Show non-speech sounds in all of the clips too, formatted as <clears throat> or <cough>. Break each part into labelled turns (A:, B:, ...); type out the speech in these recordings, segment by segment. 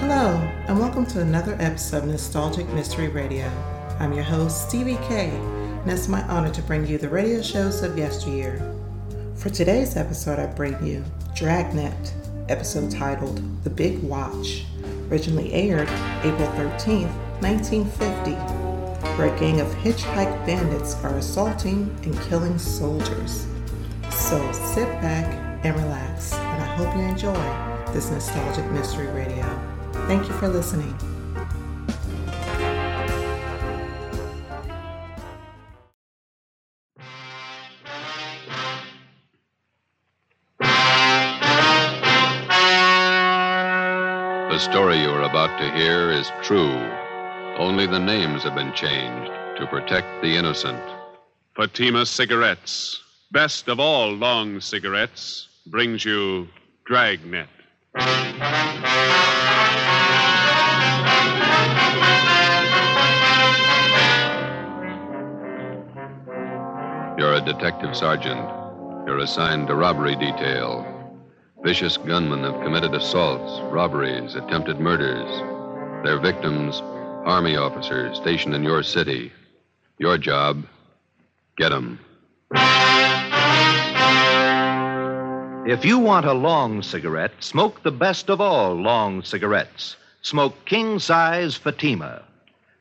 A: Hello, and welcome to another episode of Nostalgic Mystery Radio. I'm your host, Stevie K, and it's my honor to bring you the radio shows of yesteryear. For today's episode, I bring you Dragnet, episode titled The Big Watch, originally aired April 13th, 1950, where a gang of hitchhike bandits are assaulting and killing soldiers. So sit back and relax, and I hope you enjoy this nostalgic mystery radio. Thank you for listening.
B: The story you are about to hear is true. Only the names have been changed to protect the innocent. Fatima Cigarettes, best of all long cigarettes, brings you Dragnet. You're a detective sergeant. You're assigned to robbery detail. Vicious gunmen have committed assaults, robberies, attempted murders. Their victims, army officers stationed in your city. Your job, get 'em.
C: If you want a long cigarette, smoke the best of all long cigarettes. Smoke king size Fatima.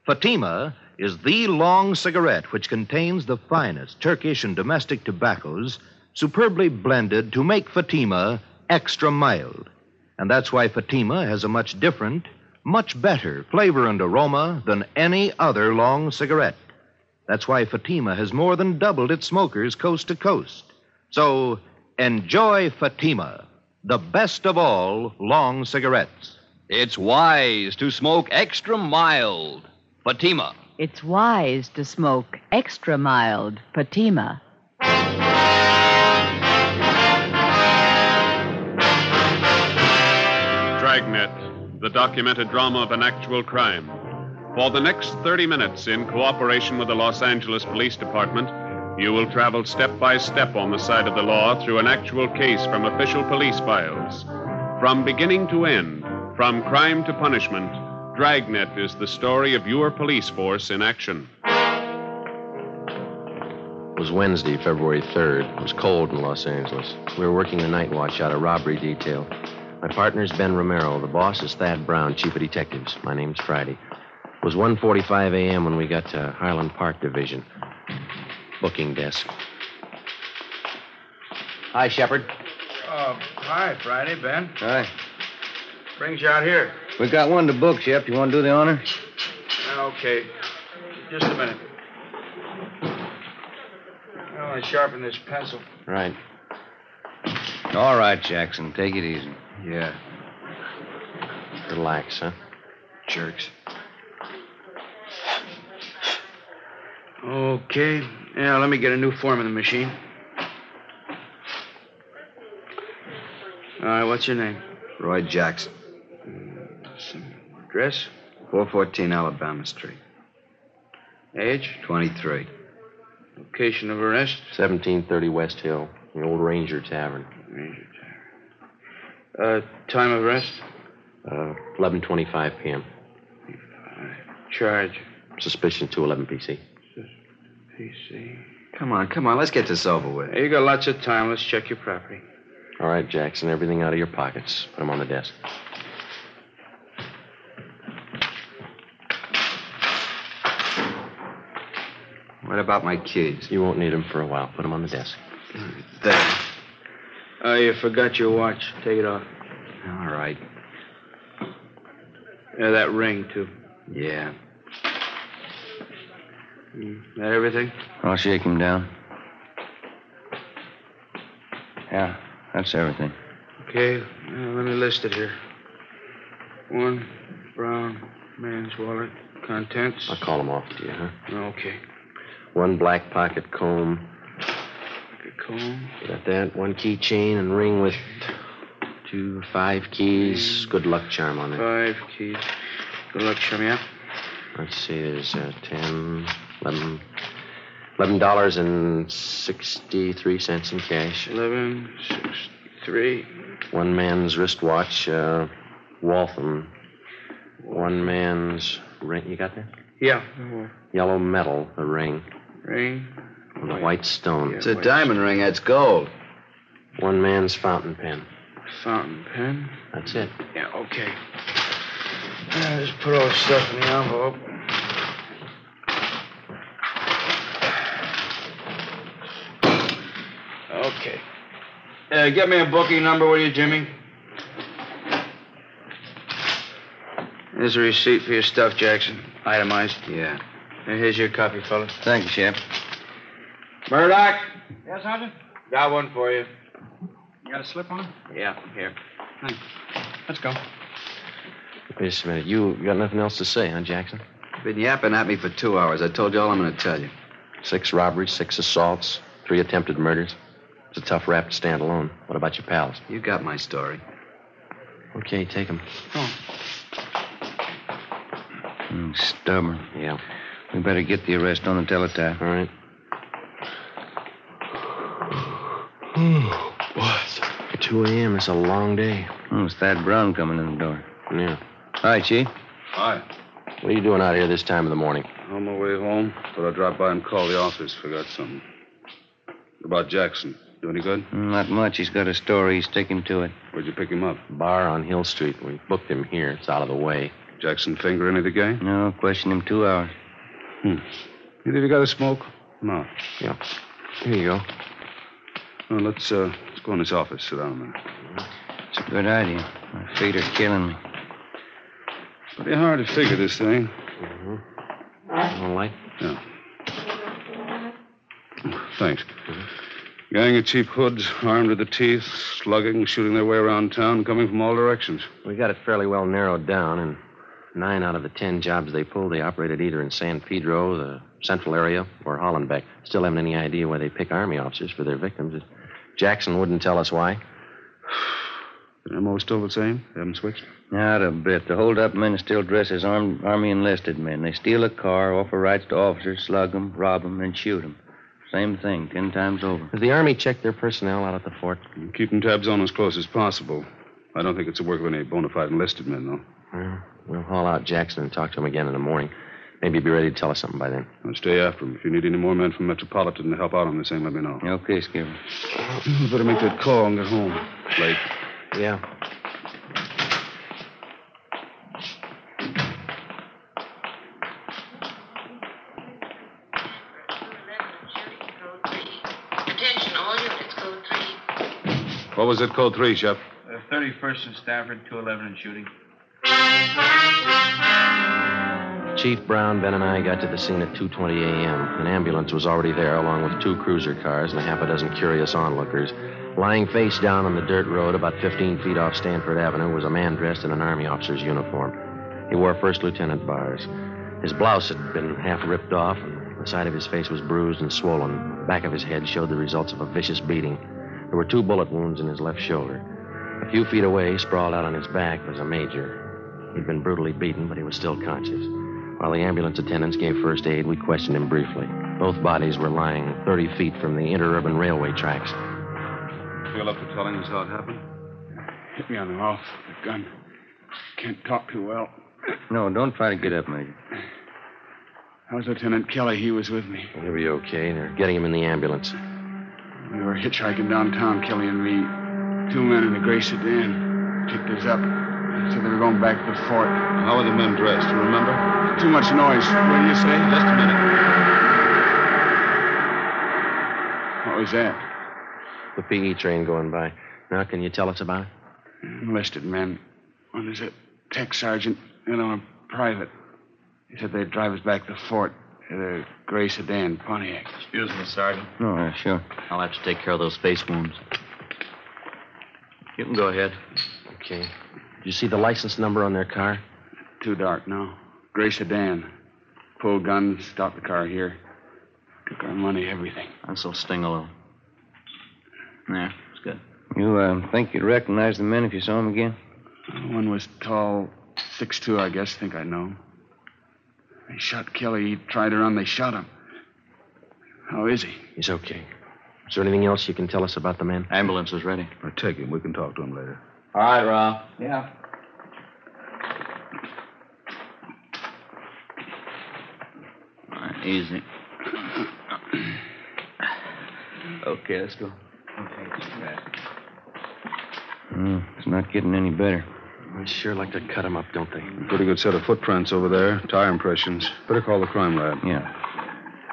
C: Fatima is the long cigarette which contains the finest Turkish and domestic tobaccos, superbly blended to make Fatima extra mild. And that's why Fatima has a much different, much better flavor and aroma than any other long cigarette. That's why Fatima has more than doubled its smokers coast to coast. So enjoy Fatima, the best of all long cigarettes.
D: It's wise to smoke extra mild. Fatima.
E: It's wise to smoke extra mild Fatima.
B: Dragnet, the documented drama of an actual crime. For the next 30 minutes, in cooperation with the Los Angeles Police Department, you will travel step by step on the side of the law through an actual case from official police files. From beginning to end, from crime to punishment, Dragnet is the story of your police force in action.
F: It was Wednesday, February 3rd. It was cold in Los Angeles. We were working the night watch out of robbery detail. My partner's Ben Romero. The boss is Thad Brown, chief of detectives. My name's Friday. It was 1.45 a.m. when we got to Highland Park Division. Booking desk. Hi, Shepard.
G: Oh, hi, Friday, Ben.
F: Hi.
G: Brings you out here.
F: We've got one to book, Shep. You want to do the honor?
G: Okay. Just a minute. I want to sharpen this pencil.
F: Right.
C: All right, Jackson, take it easy.
F: Yeah. Relax, huh? Jerks.
G: Okay. Yeah, let me get a new form in the machine. All right, what's your name?
H: Roy Jackson,
G: Address?
H: 414 Alabama Street,
G: Age?
H: 23.
G: Location of arrest?
F: 1730 West Hill, the old Ranger Tavern.
G: Uh, time of arrest?
F: Uh, 11:25 p.m.
G: Charge?
F: Suspicion 211 PC.
G: PC.
H: Come on, come on, let's get this over with.
G: Hey, you got lots of time. Let's check your property.
F: All right, Jackson. Everything out of your pockets. Put them on the desk.
H: What about my kids?
F: You won't need them for a while. Put them on the desk.
H: There.
G: Oh, you forgot your watch. Take it off.
H: All right.
G: Yeah, that ring, too.
H: Yeah.
G: Hmm, That everything?
H: I'll shake him down. Yeah, that's everything.
G: Okay, uh, let me list it here. One brown man's wallet, contents.
F: I'll call them off to you, huh?
G: Okay.
F: One black pocket comb.
G: A comb.
F: Got that? One keychain and ring with two five keys. Good luck charm on it.
G: Five keys. Good luck, Shamia.
F: Let's see. There's uh, ten, eleven, eleven dollars and sixty-three cents in cash.
G: Eleven, six, three.
F: One man's wristwatch. Uh, Waltham One man's ring. You got there?
G: Yeah.
F: Yellow metal, the ring.
G: Ring.
F: On the white stone.
G: Yeah.
H: It's a diamond ring. That's gold.
F: One man's fountain pen.
G: Fountain pen.
F: That's it.
G: Yeah, okay. Yeah, just put all the stuff in the envelope. Okay. Uh, get me a booking number, will you, Jimmy? Here's a receipt for your stuff, Jackson. Itemized.
H: Yeah.
G: And here's your copy, fella.
H: Thank you, Shep.
G: Murdoch! Yes, Sergeant? Got one for you. You got a slip on? Yeah, here. Thanks. Let's go.
F: Wait just a minute. You you got nothing else to say, huh, Jackson?
H: Been yapping at me for two hours. I told you all I'm going to tell you.
F: Six robberies, six assaults, three attempted murders. It's a tough rap to stand alone. What about your pals?
H: You got my story.
F: Okay, take them.
H: Mm, stubborn.
F: Yeah.
H: We better get the arrest on the teletype.
F: All right. what? 2 a.m. It's a long day.
H: Oh, it's Thad Brown coming in the door.
F: Yeah.
H: All right, Chief.
I: Hi.
F: What are you doing out here this time of the morning?
I: On my way home, thought I'd drop by and call the office. Forgot something. About Jackson. Do any good?
H: Mm, Not much. He's got a story. Stick him to it.
I: Where'd you pick him up?
F: Bar on Hill Street. We booked him here. It's out of the way.
I: Jackson finger any of the gang?
H: No, question him two hours.
I: Either you got a smoke? No.
F: Yeah. Here you go.
I: Well, let's uh, let's go in his office. Sit down a minute.
H: It's a good idea. My feet are killing me.
I: Pretty hard to figure this thing.
H: Mm-hmm.
F: All right.
I: Yeah. Thanks.
H: Mm-hmm.
I: Gang of cheap hoods, armed to the teeth, slugging, shooting their way around town, coming from all directions.
F: We got it fairly well narrowed down, and nine out of the ten jobs they pulled, they operated either in San Pedro, the central area, or Hollenbeck. Still haven't any idea why they pick army officers for their victims. Jackson wouldn't tell us why.
I: <sighs> They're most still the same? They haven't switched?
H: Not a bit. The holdup men still dress as armed, army enlisted men. They steal a car, offer rights to officers, slug 'em, rob 'em, and shoot 'em. Same thing, ten times over.
F: Has the army checked their personnel out at the fort?
I: Keeping tabs on as close as possible. I don't think it's the work of any bona fide enlisted men, though.
F: Well, we'll haul out Jackson and talk to him again in the morning. Maybe he'll be ready to tell us something by then.
I: Now stay after him. If you need any more men from Metropolitan to help out on this thing, let me know.
H: Okay, Skipper.
I: You <clears throat> better make that call and get home. It's late.
F: Yeah.
J: Attention all units, code 3.
I: What was it, code three, Shep?
G: Uh, 31st and Stafford, 211 and shooting.
F: Chief Brown, Ben, and I got to the scene at 2:20 a.m. An ambulance was already there, along with two cruiser cars and a half a dozen curious onlookers. Lying face down on the dirt road, about 15 feet off Stanford Avenue, was a man dressed in an army officer's uniform. He wore first lieutenant bars. His blouse had been half ripped off, and the side of his face was bruised and swollen. The back of his head showed the results of a vicious beating. There were two bullet wounds in his left shoulder. A few feet away, sprawled out on his back, was a major. He'd been brutally beaten, but he was still conscious. While the ambulance attendants gave first aid, we questioned him briefly. Both bodies were lying 30 feet from the interurban railway tracks.
I: Feel up to telling us how it happened?
G: Hit me on the mouth with a gun. Can't talk too well.
H: No, don't try to get up, Major.
G: How's Lieutenant Kelly? He was with me.
F: He'll be okay. They're getting him in the ambulance.
G: We were hitchhiking downtown, Kelly and me. Two men in a gray sedan picked us up. Said they were going back to the fort.
I: How were the men dressed? You remember?
G: Too much noise, what do you say?
I: Just a minute.
G: What was that?
F: The PE train going by. Now, can you tell us about it?
G: Enlisted men. One is a tech sergeant, and I'm a private. He said they'd drive us back to the fort in a gray sedan, Pontiac.
I: Excuse me, Sergeant.
H: No, uh, sure.
D: I'll have to take care of those face wounds. You can go ahead.
F: Okay. Did you see the license number on their car?
G: Too dark now. Gray sedan. Pulled guns, stopped the car here. Took our money, everything.
D: That's will sting alone. There, it's good.
H: You uh, think you'd recognize the men if you saw 'em again?
G: One was tall, six-two, I guess. Think I know him. They shot Kelly. He tried to run. They shot him. How is he?
F: He's okay. Is there anything else you can tell us about the man?
D: Ambulance is ready.
I: Now take him. We can talk to him later.
D: All right, Rob.
G: Yeah.
H: Easy. Okay, let's go. Mm, it's not getting any better.
I: They sure like to cut him up, don't they? Pretty good set of footprints over there. Tire impressions. Better call the crime lab.
H: Yeah.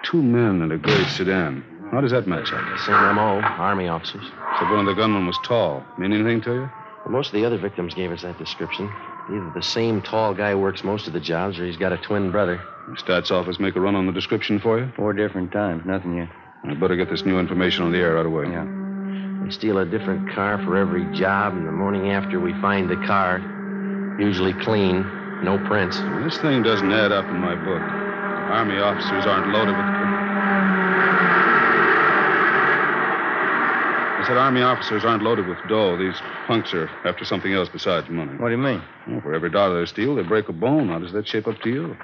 I: Two men in a gray sedan. How does that match up?
F: Same M.O., Army officers.
I: Said one of the gunmen was tall. Mean anything to you?
F: Well, most of the other victims gave us that description. Either the same tall guy works most of the jobs, or he's got a twin brother.
I: Stats office make a run on the description for you?
H: Four different times. Nothing yet.
I: I better get this new information on the air right away. Yeah.
F: We steal a different car for every job, and the morning after we find the car, usually clean, no prints.
I: This thing doesn't add up in my book. Army officers aren't loaded with. I said army officers aren't loaded with dough. These punks are after something else besides money.
H: What do you mean?
I: Well, for every dollar they steal, they break a bone. How does that shape up to you?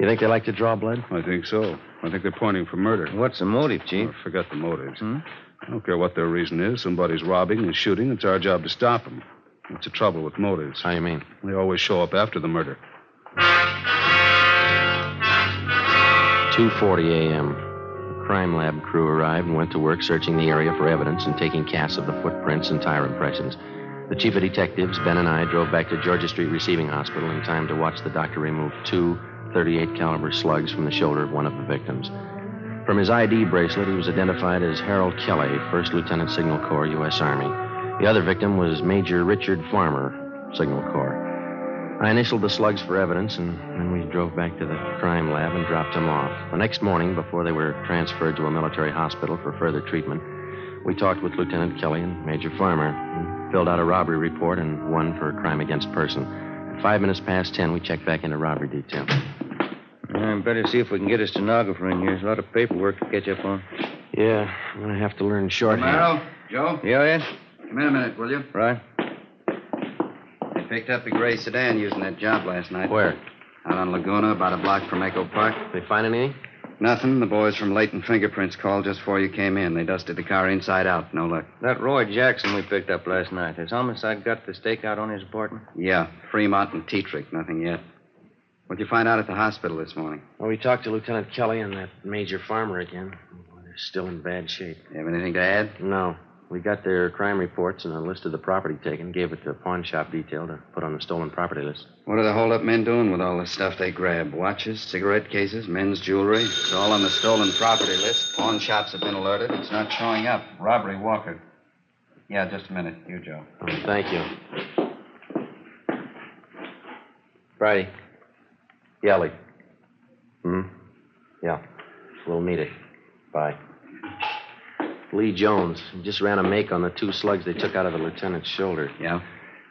F: You think they like to draw blood?
I: I think so. I think they're pointing for murder. Oh,
H: What's the motive, Chief?
I: I forgot the motives.
F: Hmm?
I: I don't care what their reason is. Somebody's robbing and shooting. It's our job to stop them. That's the trouble with motives.
F: How you mean?
I: They always show up after the murder.
F: 2:40 a.m. The crime lab crew arrived and went to work searching the area for evidence and taking casts of the footprints and tire impressions. The chief of detectives, Ben, and I drove back to Georgia Street Receiving Hospital in time to watch the doctor remove two 38 caliber slugs from the shoulder of one of the victims. From his ID bracelet, he was identified as Harold Kelly, First Lieutenant Signal Corps, U.S. Army. The other victim was Major Richard Farmer, Signal Corps. I initialed the slugs for evidence, and then we drove back to the crime lab and dropped them off. The next morning, before they were transferred to a military hospital for further treatment, we talked with Lieutenant Kelly and Major Farmer, and filled out a robbery report and one for crime against person. At five minutes past ten, we checked back into robbery detail.
H: Yeah, I better see if we can get a stenographer in here. There's a lot of paperwork to catch up on.
F: Yeah, I'm gonna have to learn shorthand.
G: Merrill, Joe,
H: Yeah, Ed?
G: come in a minute, will you?
H: eh? Right.
K: They picked up a gray sedan using that job last night.
F: Where?
K: Out on Laguna, about a block from Echo Park.
F: They find anything?
K: Nothing. The boys from Leighton Fingerprints called just before you came in. They dusted the car inside out. No luck.
H: That Roy Jackson we picked up last night. Has homicide got the stakeout on his apartment?
K: Yeah, Fremont and Tietrich. Nothing yet. What'd you find out at the hospital this morning?
F: Well, we talked to Lieutenant Kelly and that Major Farmer again. Boy, They're still in bad shape.
K: You have anything to add?
F: No. We got their crime reports and a list of the property taken, gave it to pawn shop detail to put on the stolen property list.
K: What are the holdup men doing with all the stuff they grab? Watches, cigarette cases, men's jewelry. It's all on the stolen property list. Pawn shops have been alerted. It's not showing up. Robbery, Walker. Yeah, just a minute. You, Joe.
F: Oh, thank you. Friday. Yelly. Hmm? Yeah. We'll meet it. Bye. Lee Jones he just ran a make on the two slugs they took out of the lieutenant's shoulder.
K: Yeah?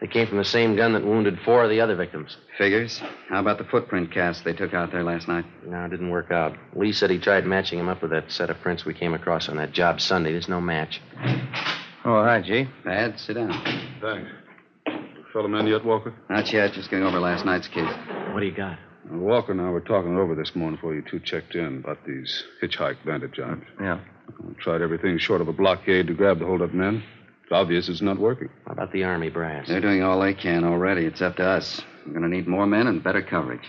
F: They came from the same gun that wounded four of the other victims.
K: Figures. How about the footprint cast they took out there last night?
F: No, it didn't work out. Lee said he tried matching him up with that set of prints we came across on that job Sunday. There's no match.
H: Oh, hi, Chief.
K: Bad, sit down.
I: Thanks. Fill him in yet, Walker?
K: Not yet, just going over last night's case.
F: What do you got?
I: Walker and I were talking over this morning before you two checked in about these hitchhike bandit jobs.
H: Yeah.
I: We tried everything short of a blockade to grab the holdup men. It's obvious it's not working.
F: How about the Army brass?
K: They're doing all they can already. It's up to us. We're going to need more men and better coverage.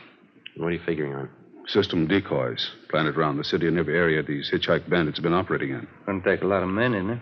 F: What are you figuring on?
I: System decoys planted around the city in every area these hitchhike bandits have been operating in.
H: Gonna take a lot of men, isn't it?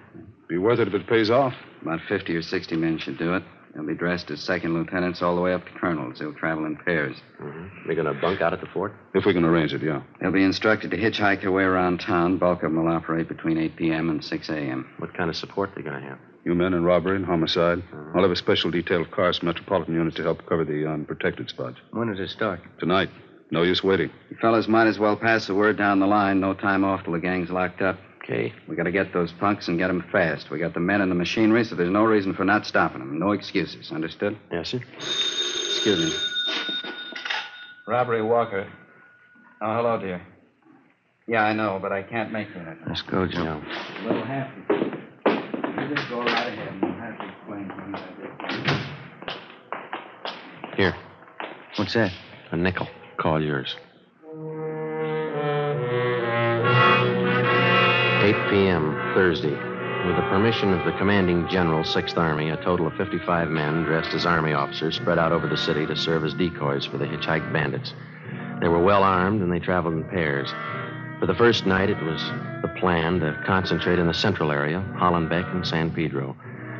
I: Be worth it if it pays off.
K: About 50 or 60 men should do it. They'll be dressed as second lieutenants all the way up to colonels. They'll travel in pairs.
F: Mm-hmm. They're going to bunk out at the fort?
I: If we can arrange it, yeah.
K: They'll be instructed to hitchhike their way around town. Bulk of them will operate between 8 p.m. and 6 a.m.
F: What kind of support they going to have?
I: You men in robbery and homicide.
F: Uh-huh.
I: I'll have a special detail of cars from metropolitan units to help cover the unprotected spots.
H: When does it start?
I: Tonight, no use waiting.
K: You fellas might as well pass the word down the line. No time off till the gang's locked up.
F: Okay.
K: We got to get those punks and get 'em fast. We got the men and the machinery, so there's no reason for not stopping 'em. No excuses. Understood?
F: Yes, sir.
K: Excuse me. Robbery Walker. Oh, hello, dear. Yeah, I know, but I can't make you anything.
H: Let's go, Joe.
K: A little happy. You just go right ahead and I'll have to explain things I did.
F: Here,
H: What's that?
F: a nickel. Call yours. 8 p.m., Thursday. With the permission of the commanding general, 6th Army, a total of 55 men dressed as Army officers spread out over the city to serve as decoys for the hitchhike bandits. They were well armed and they traveled in pairs. For the first night, it was the plan to concentrate in the central area, Hollenbeck and San Pedro.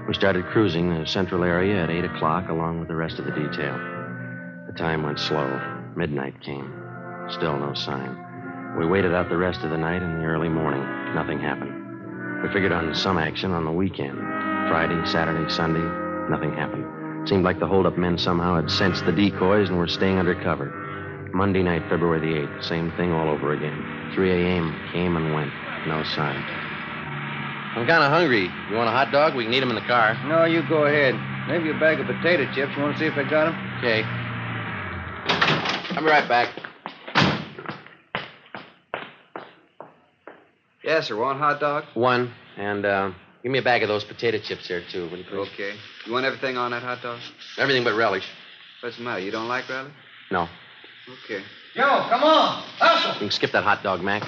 F: We started cruising the central area at 8 o'clock along with the rest of the detail. The time went slow. Midnight came. Still no sign. We waited out the rest of the night and the early morning. Nothing happened. We figured on some action on the weekend. Friday, Saturday, Sunday, nothing happened. Seemed like the holdup men somehow had sensed the decoys and were staying under cover. Monday night, February the 8th, same thing all over again. 3 a.m. came and went. No sign. I'm kind of hungry. You want a hot dog? We can eat them in the car.
H: No, you go ahead. Maybe a bag of potato chips. You want to see if I got 'em?
F: Okay. I'll be right back.
K: Yes, sir. Want hot dog?
F: One, and uh, give me a bag of those potato chips there, too, will you please?
K: Okay. You want everything on that hot dog?
F: Everything but relish.
K: What's the matter? You don't like relish?
F: No.
K: Okay.
H: Yo, come on.
F: You can skip that hot dog, Mac.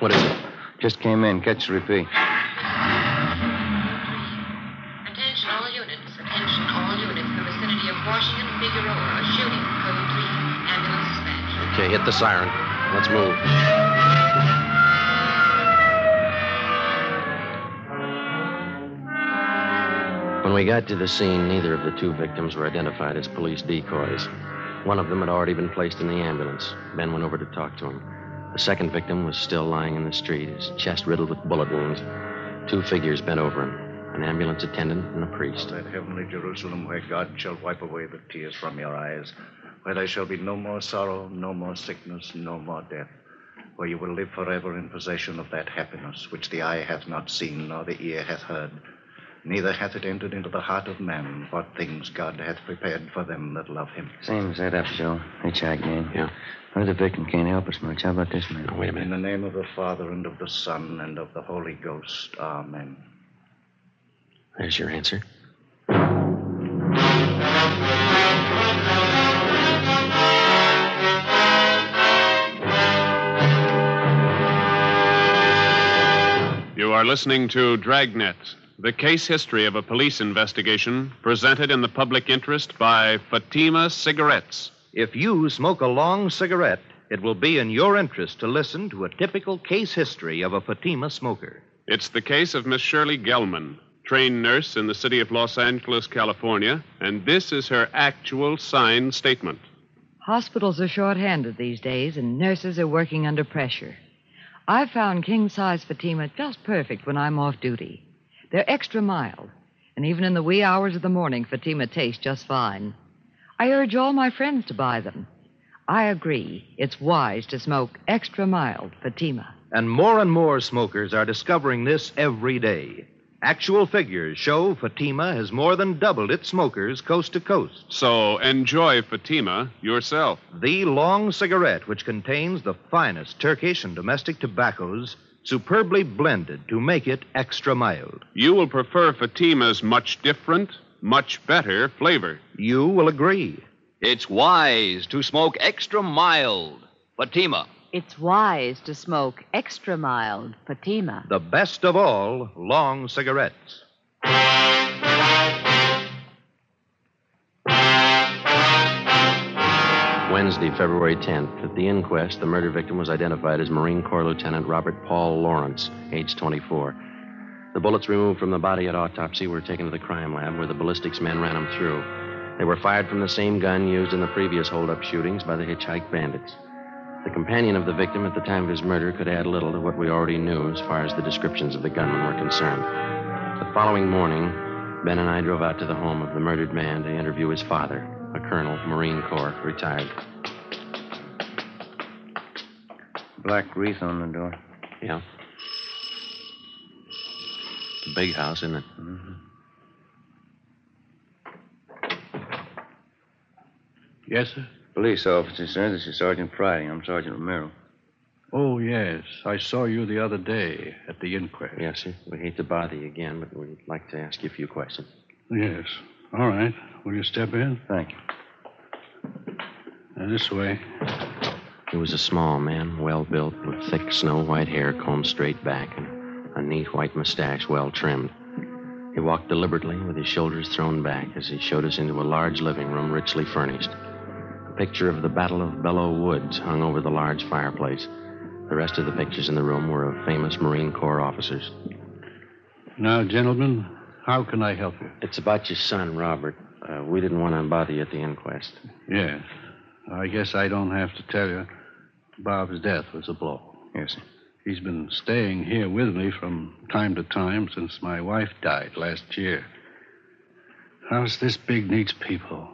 F: What is it?
H: Just came in. Catch the repeat.
J: Attention all units. Attention all units. The vicinity of Washington Figueroa. A shooting. Code 3. Ambulance dispatch.
F: Okay, hit the siren. Let's move. When we got to the scene, neither of the two victims were identified as police decoys. One of them had already been placed in the ambulance. Ben went over to talk to him. The second victim was still lying in the street, his chest riddled with bullet wounds. Two figures bent over him an ambulance attendant and a priest.
L: That heavenly Jerusalem where God shall wipe away the tears from your eyes, where there shall be no more sorrow, no more sickness, no more death, where you will live forever in possession of that happiness which the eye hath not seen, nor the ear hath heard. Neither hath it entered into the heart of man what things God hath prepared for them that love him.
H: Same set up, Joe. Hitchhike man.
F: Yeah.
H: Well, the victim can't help us much. How about this man?
F: wait a
L: In the name of the Father, and of the Son, and of the Holy Ghost. Amen.
F: There's your answer.
B: You are listening to Dragnet, the case history of a police investigation presented in the public interest by Fatima Cigarettes.
C: If you smoke a long cigarette, it will be in your interest to listen to a typical case history of a Fatima smoker.
B: It's the case of Miss Shirley Gelman, trained nurse in the city of Los Angeles, California, and this is her actual signed statement.
E: Hospitals are short-handed these days, and nurses are working under pressure. I found king-size Fatima just perfect when I'm off duty. They're extra mild, and even in the wee hours of the morning, Fatima tastes just fine. I urge all my friends to buy them. I agree, it's wise to smoke extra mild Fatima.
C: And more and more smokers are discovering this every day. Actual figures show Fatima has more than doubled its smokers coast to coast.
B: So enjoy Fatima yourself.
C: The long cigarette, which contains the finest Turkish and domestic tobaccos, superbly blended to make it extra mild.
B: You will prefer Fatima's much different, much better flavor.
C: You will agree.
D: It's wise to smoke extra mild. Fatima.
E: It's wise to smoke extra mild Fatima.
C: The best of all, long cigarettes.
F: Wednesday, February 10th, at the inquest, the murder victim was identified as Marine Corps Lieutenant Robert Paul Lawrence, age 24. The bullets removed from the body at autopsy were taken to the crime lab where the ballistics men ran them through. They were fired from the same gun used in the previous holdup shootings by the hitchhike bandits. The companion of the victim at the time of his murder could add little to what we already knew as far as the descriptions of the gunmen were concerned. The following morning, Ben and I drove out to the home of the murdered man to interview his father, a colonel, Marine Corps, retired.
H: Black wreath on the door.
F: Yeah. It's a big house, isn't it?
H: Mm-hmm.
M: Yes, sir?
H: Police officer, sir. This is Sergeant Friday. I'm Sergeant Romero.
M: Oh, yes. I saw you the other day at the inquest.
F: Yes, sir. We hate to bother you again, but we'd like to ask you a few questions.
M: Yes. All right. Will you step in?
H: Thank you.
M: Now, this way.
F: He was a small man, well built, with thick snow white hair combed straight back and a neat white mustache well trimmed. He walked deliberately with his shoulders thrown back as he showed us into a large living room richly furnished. A picture of the Battle of Belleau Woods hung over the large fireplace. The rest of the pictures in the room were of famous Marine Corps officers.
M: Now, gentlemen, how can I help you?
F: It's about your son, Robert. Uh, we didn't want to bother you at the inquest.
M: Yes. I guess I don't have to tell you. Bob's death was a blow.
F: Yes, sir.
M: He's been staying here with me from time to time since my wife died last year. House this big needs people.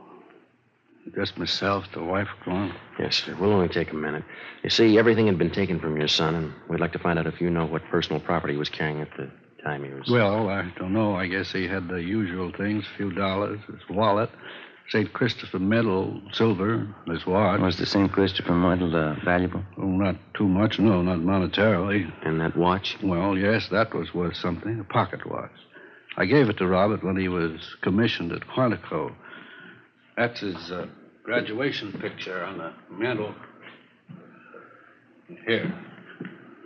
M: Just myself, the wife gone.
F: Yes, sir. We'll only take a minute. You see, everything had been taken from your son, and we'd like to find out if you know what personal property he was carrying at the time he was.
M: Well, I don't know. I guess he had the usual things a few dollars, his wallet, St. Christopher medal, silver, his watch.
H: Was the St. Christopher medal uh, valuable?
M: Oh, not too much, no, not monetarily.
F: And that watch?
M: Well, yes, that was worth something, a pocket watch. I gave it to Robert when he was commissioned at Quantico. That's his uh, graduation picture on the mantel. Here.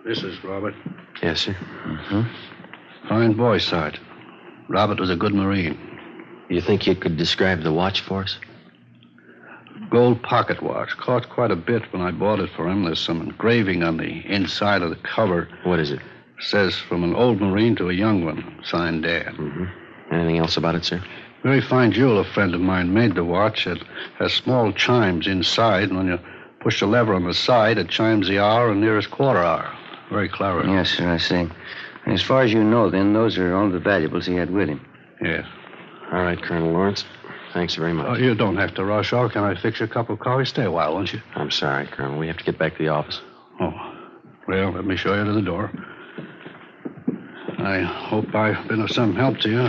M: This is Robert.
F: Yes, sir.
M: Mm-hmm. Fine boy, Sergeant. Robert was a good Marine.
F: You think you could describe the watch for us?
M: Gold pocket watch. Cost quite a bit when I bought it for him. There's some engraving on the inside of the cover.
F: What is it?
M: Says from an old Marine to a young one, signed Dad.
F: Mm-hmm. Anything else about it, sir?
M: Very fine jewel a friend of mine made the watch. It has small chimes inside, and when you push the lever on the side, it chimes the hour and nearest quarter hour. Very clever.
H: Yes, sir, I see. And as far as you know, then, those are all the valuables he had with him.
M: Yes.
F: All right, Colonel Lawrence. Thanks very much.
M: Oh, you don't have to rush off. Can I fix you a cup of coffee? Stay a while, won't you?
F: I'm sorry, Colonel. We have to get back to the office.
M: Oh. Well, let me show you to the door. I hope I've been of some help to you.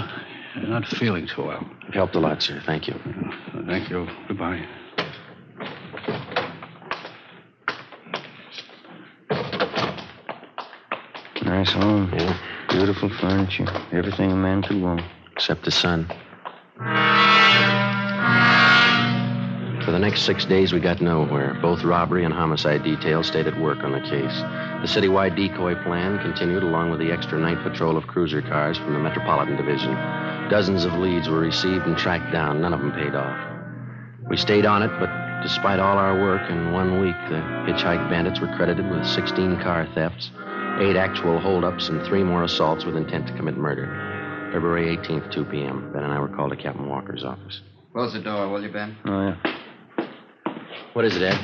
M: You're not feeling too well.
F: You've helped a lot, sir. Thank you.
M: Thank you. Goodbye.
H: Nice home. Yeah. Beautiful furniture. Everything a man could want.
F: Except the sun. For the next six days, we got nowhere. Both robbery and homicide details stayed at work on the case. The citywide decoy plan continued along with the extra night patrol of cruiser cars from the Metropolitan Division. Dozens of leads were received and tracked down. None of them paid off. We stayed on it, but despite all our work, in one week, the hitchhike bandits were credited with 16 car thefts, eight actual holdups, and three more assaults with intent to commit murder. February 18th, 2 p.m. Ben and I were called to Captain Walker's office.
K: Close the door, will you, Ben?
H: Oh, yeah.
F: What is it, Ed?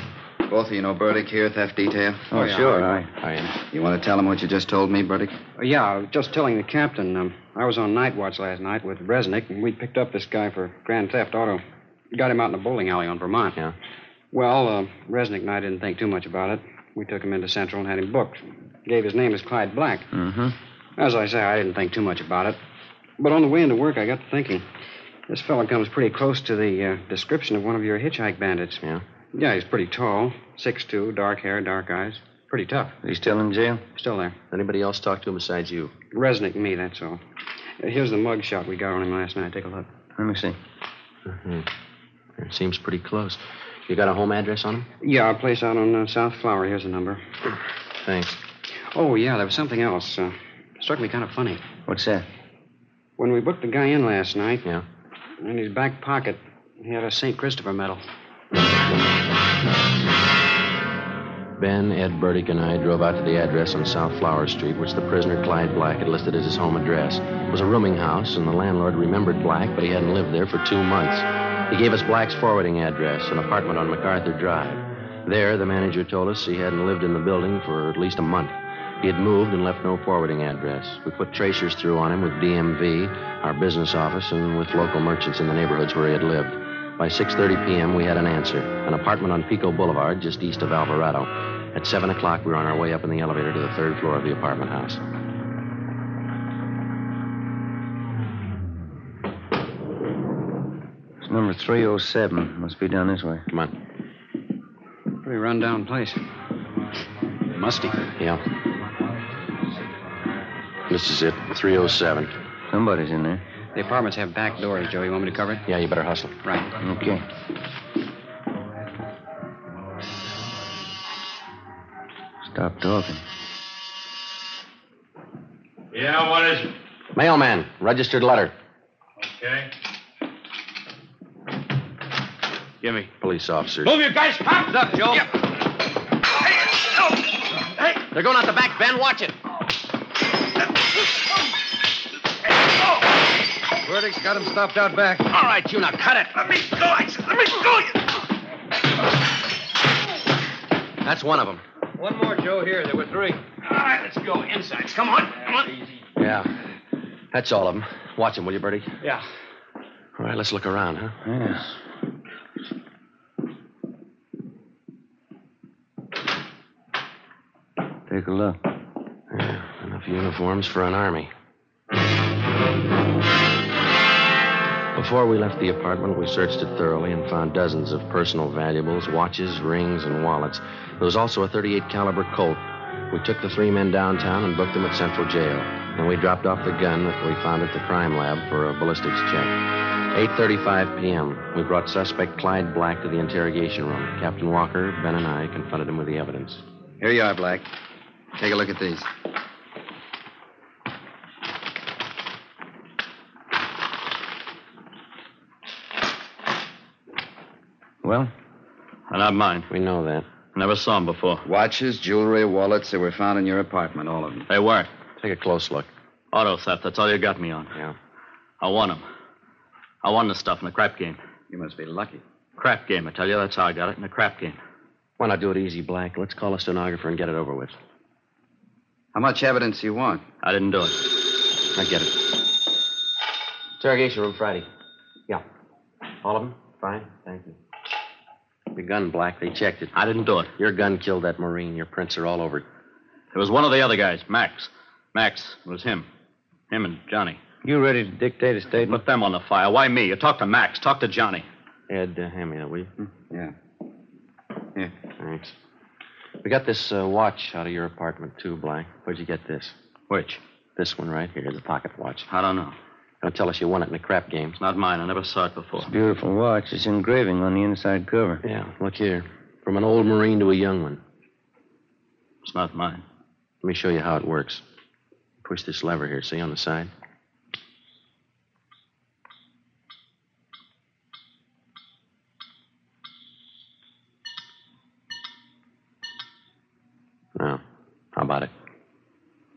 K: Both of you know Burdick here, theft detail.
H: Oh, sure. I...
F: I am.
K: You want to tell him what you just told me, Burdick?
N: Uh, Yeah, I was just telling the captain. Um, I was on night watch last night with Resnick, and we picked up this guy for grand theft auto. Got him out in a bowling alley on Vermont.
F: Yeah.
N: Well, uh, Resnick and I didn't think too much about it. We took him into Central and had him booked. Gave his name as Clyde Black.
H: Mm-hmm.
N: As I say, I didn't think too much about it. But on the way into work, I got to thinking. This fellow comes pretty close to the uh, description of one of your hitchhike bandits.
F: Yeah?
N: Yeah, he's pretty tall, six-two, dark hair, dark eyes. Pretty tough.
H: He's still in jail?
N: Still there.
F: Anybody else talk to him besides you?
N: Resnick and me, that's all. Uh, Here's the mug shot we got on him last night. Take a look.
H: Let me see.
F: hmm It seems pretty close. You got a home address on him?
N: Yeah, a place out on uh, South Flower. Here's the number.
F: Thanks.
N: Oh, yeah, there was something else. Uh, struck me kind of funny.
H: What's that?
N: When we booked the guy in last night.
F: Yeah.
N: In his back pocket, he had a St. Christopher medal.
F: Ben, Ed Burdick, and I drove out to the address on South Flower Street, which the prisoner Clyde Black had listed as his home address. It was a rooming house, and the landlord remembered Black, but he hadn't lived there for two months. He gave us Black's forwarding address, an apartment on MacArthur Drive. There, the manager told us he hadn't lived in the building for at least a month. He had moved and left no forwarding address. We put tracers through on him with DMV, our business office, and with local merchants in the neighborhoods where he had lived. By 6:30 p.m., we had an answer: an apartment on Pico Boulevard, just east of Alvarado. At seven o'clock, we were on our way up in the elevator to the third floor of the apartment house.
H: It's number 307. Must be down this way.
F: Come on,
N: Pretty run-down place.
F: musty. Yeah. This is it, 307.
H: Somebody's in there.
N: The apartments have back doors, Joe. You want me to cover it?
F: Yeah, you better hustle.
N: Right.
H: Okay. Stop talking.
O: Yeah, what is it?
F: Mailman, registered letter.
O: Okay.
F: Gimme. Police officer.
K: Move your guys. Cops
F: up, Joe.
K: Hey,
F: They're going out the back, Ben. Watch it.
K: Verdict's got him stopped out back. All right, you now cut it. Let me go, I said. Let me go.
F: That's one of them.
K: One more, Joe. Here, there were three. All right, let's go inside. Come on, come on.
F: Yeah. That's all of them. Watch them, will you, Bertie?
K: Yeah.
F: All right, let's look around, huh? Yes.
H: Take a look.
F: Enough uniforms for an army. Before we left the apartment, we searched it thoroughly and found dozens of personal valuables, watches, rings, and wallets. There was also a 38 caliber Colt. We took the three men downtown and booked them at Central Jail. Then we dropped off the gun that we found at the crime lab for a ballistics check. 8:35 p.m. We brought suspect Clyde Black to the interrogation room. Captain Walker, Ben, and I confronted him with the evidence.
K: Here you are, Black. Take a look at these.
H: Well, they're not mine.
F: We know that.
H: Never saw them before.
K: Watches, jewelry, wallets, they were found in your apartment, all of them.
H: They weren't.
F: Take a close look.
H: Auto theft, that's all you got me on.
F: Yeah.
H: I won 'em. I won the stuff in the crap game.
K: You must be lucky.
H: Crap game, I tell you, that's how I got it, in the crap game.
F: Why not do it easy, Black? Let's call a stenographer and get it over with.
K: How much evidence do you want?
H: I didn't do it.
F: I get it. Interrogation room Friday. Yeah. All of them? Fine. Thank you. Your gun, Black. They checked it.
H: I didn't do it.
F: Your gun killed that Marine. Your prints are all over it.
H: It was one of the other guys, Max. Max, it was him. Him and Johnny.
F: You ready to dictate a statement?
H: Put them on the fire. Why me? You talk to Max. Talk to Johnny.
F: Ed, uh, hand me that, will you?
H: Hmm,
K: Yeah.
F: Yeah. Thanks. We got this uh, watch out of your apartment, too, Black. Where'd you get this?
H: Which?
F: This one right here, the pocket watch.
H: I don't know.
F: Don't tell us you won it in a crap game.
H: Not mine. I never saw it before. Beautiful watch. It's engraving on the inside cover.
F: Yeah, look here. From an old Marine to a young one.
H: It's not mine.
F: Let me show you how it works. Push this lever here, see, on the side? Now, how about it?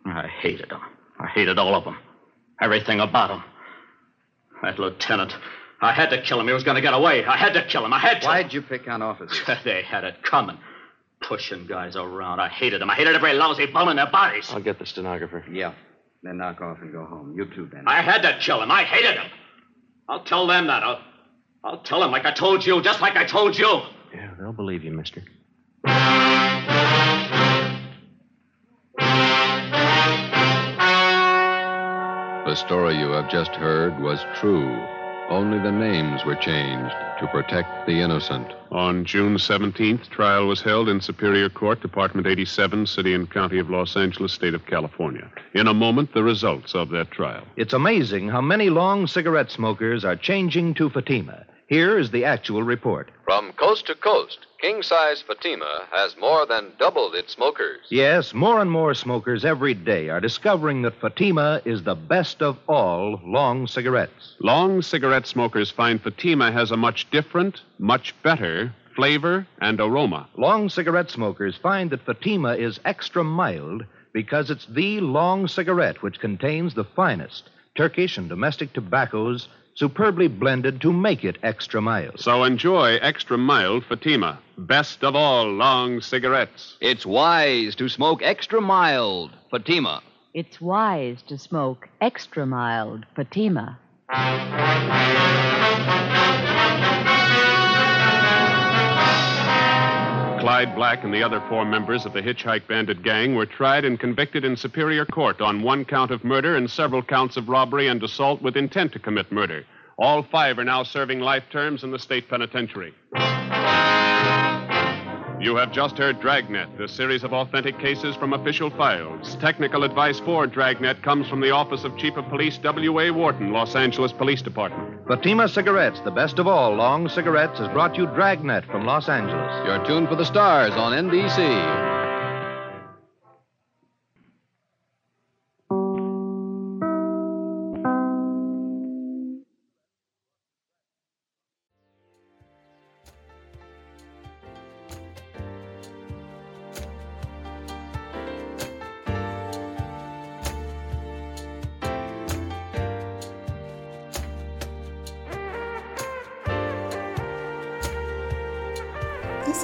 H: I hated them. I hated all of them. Everything about them. That lieutenant. I had to kill him. He was going to get away. I had to kill him. I had to.
K: Why'd you pick on officers?
H: <laughs> they had it coming. Pushing guys around. I hated them. I hated every lousy bone in their bodies.
F: I'll get the stenographer.
K: Yeah. Then knock off and go home. You too, Ben.
H: I had to kill him. I hated him. I'll tell them that. I'll, I'll tell them like I told you, just like I told you.
F: Yeah, they'll believe you, mister.
P: The story you have just heard was true. Only the names were changed to protect the innocent.
B: On June 17th, trial was held in Superior Court, Department 87, City and County of Los Angeles, State of California. In a moment, the results of that trial.
C: It's amazing how many long cigarette smokers are changing to Fatima. Here is the actual report.
P: From coast to coast, king size Fatima has more than doubled its smokers.
C: Yes, more and more smokers every day are discovering that Fatima is the best of all long cigarettes.
B: Long cigarette smokers find Fatima has a much different, much better flavor and aroma.
C: Long cigarette smokers find that Fatima is extra mild because it's the long cigarette which contains the finest Turkish and domestic tobaccos superbly blended to make it extra mild.
B: So enjoy extra mild Fatima, best of all long cigarettes.
D: It's wise to smoke extra mild Fatima.
Q: It's wise to smoke extra mild Fatima.
B: Clyde Black and the other four members of the Hitchhike Bandit Gang were tried and convicted in Superior Court on one count of murder and several counts of robbery and assault with intent to commit murder. All five are now serving life terms in the state penitentiary. You have just heard Dragnet, the series of authentic cases from official files. Technical advice for Dragnet comes from the Office of Chief of Police W.A. Wharton, Los Angeles Police Department.
C: Fatima Cigarettes, the best of all long cigarettes, has brought you Dragnet from Los Angeles.
P: You're tuned for the stars on NBC.
A: This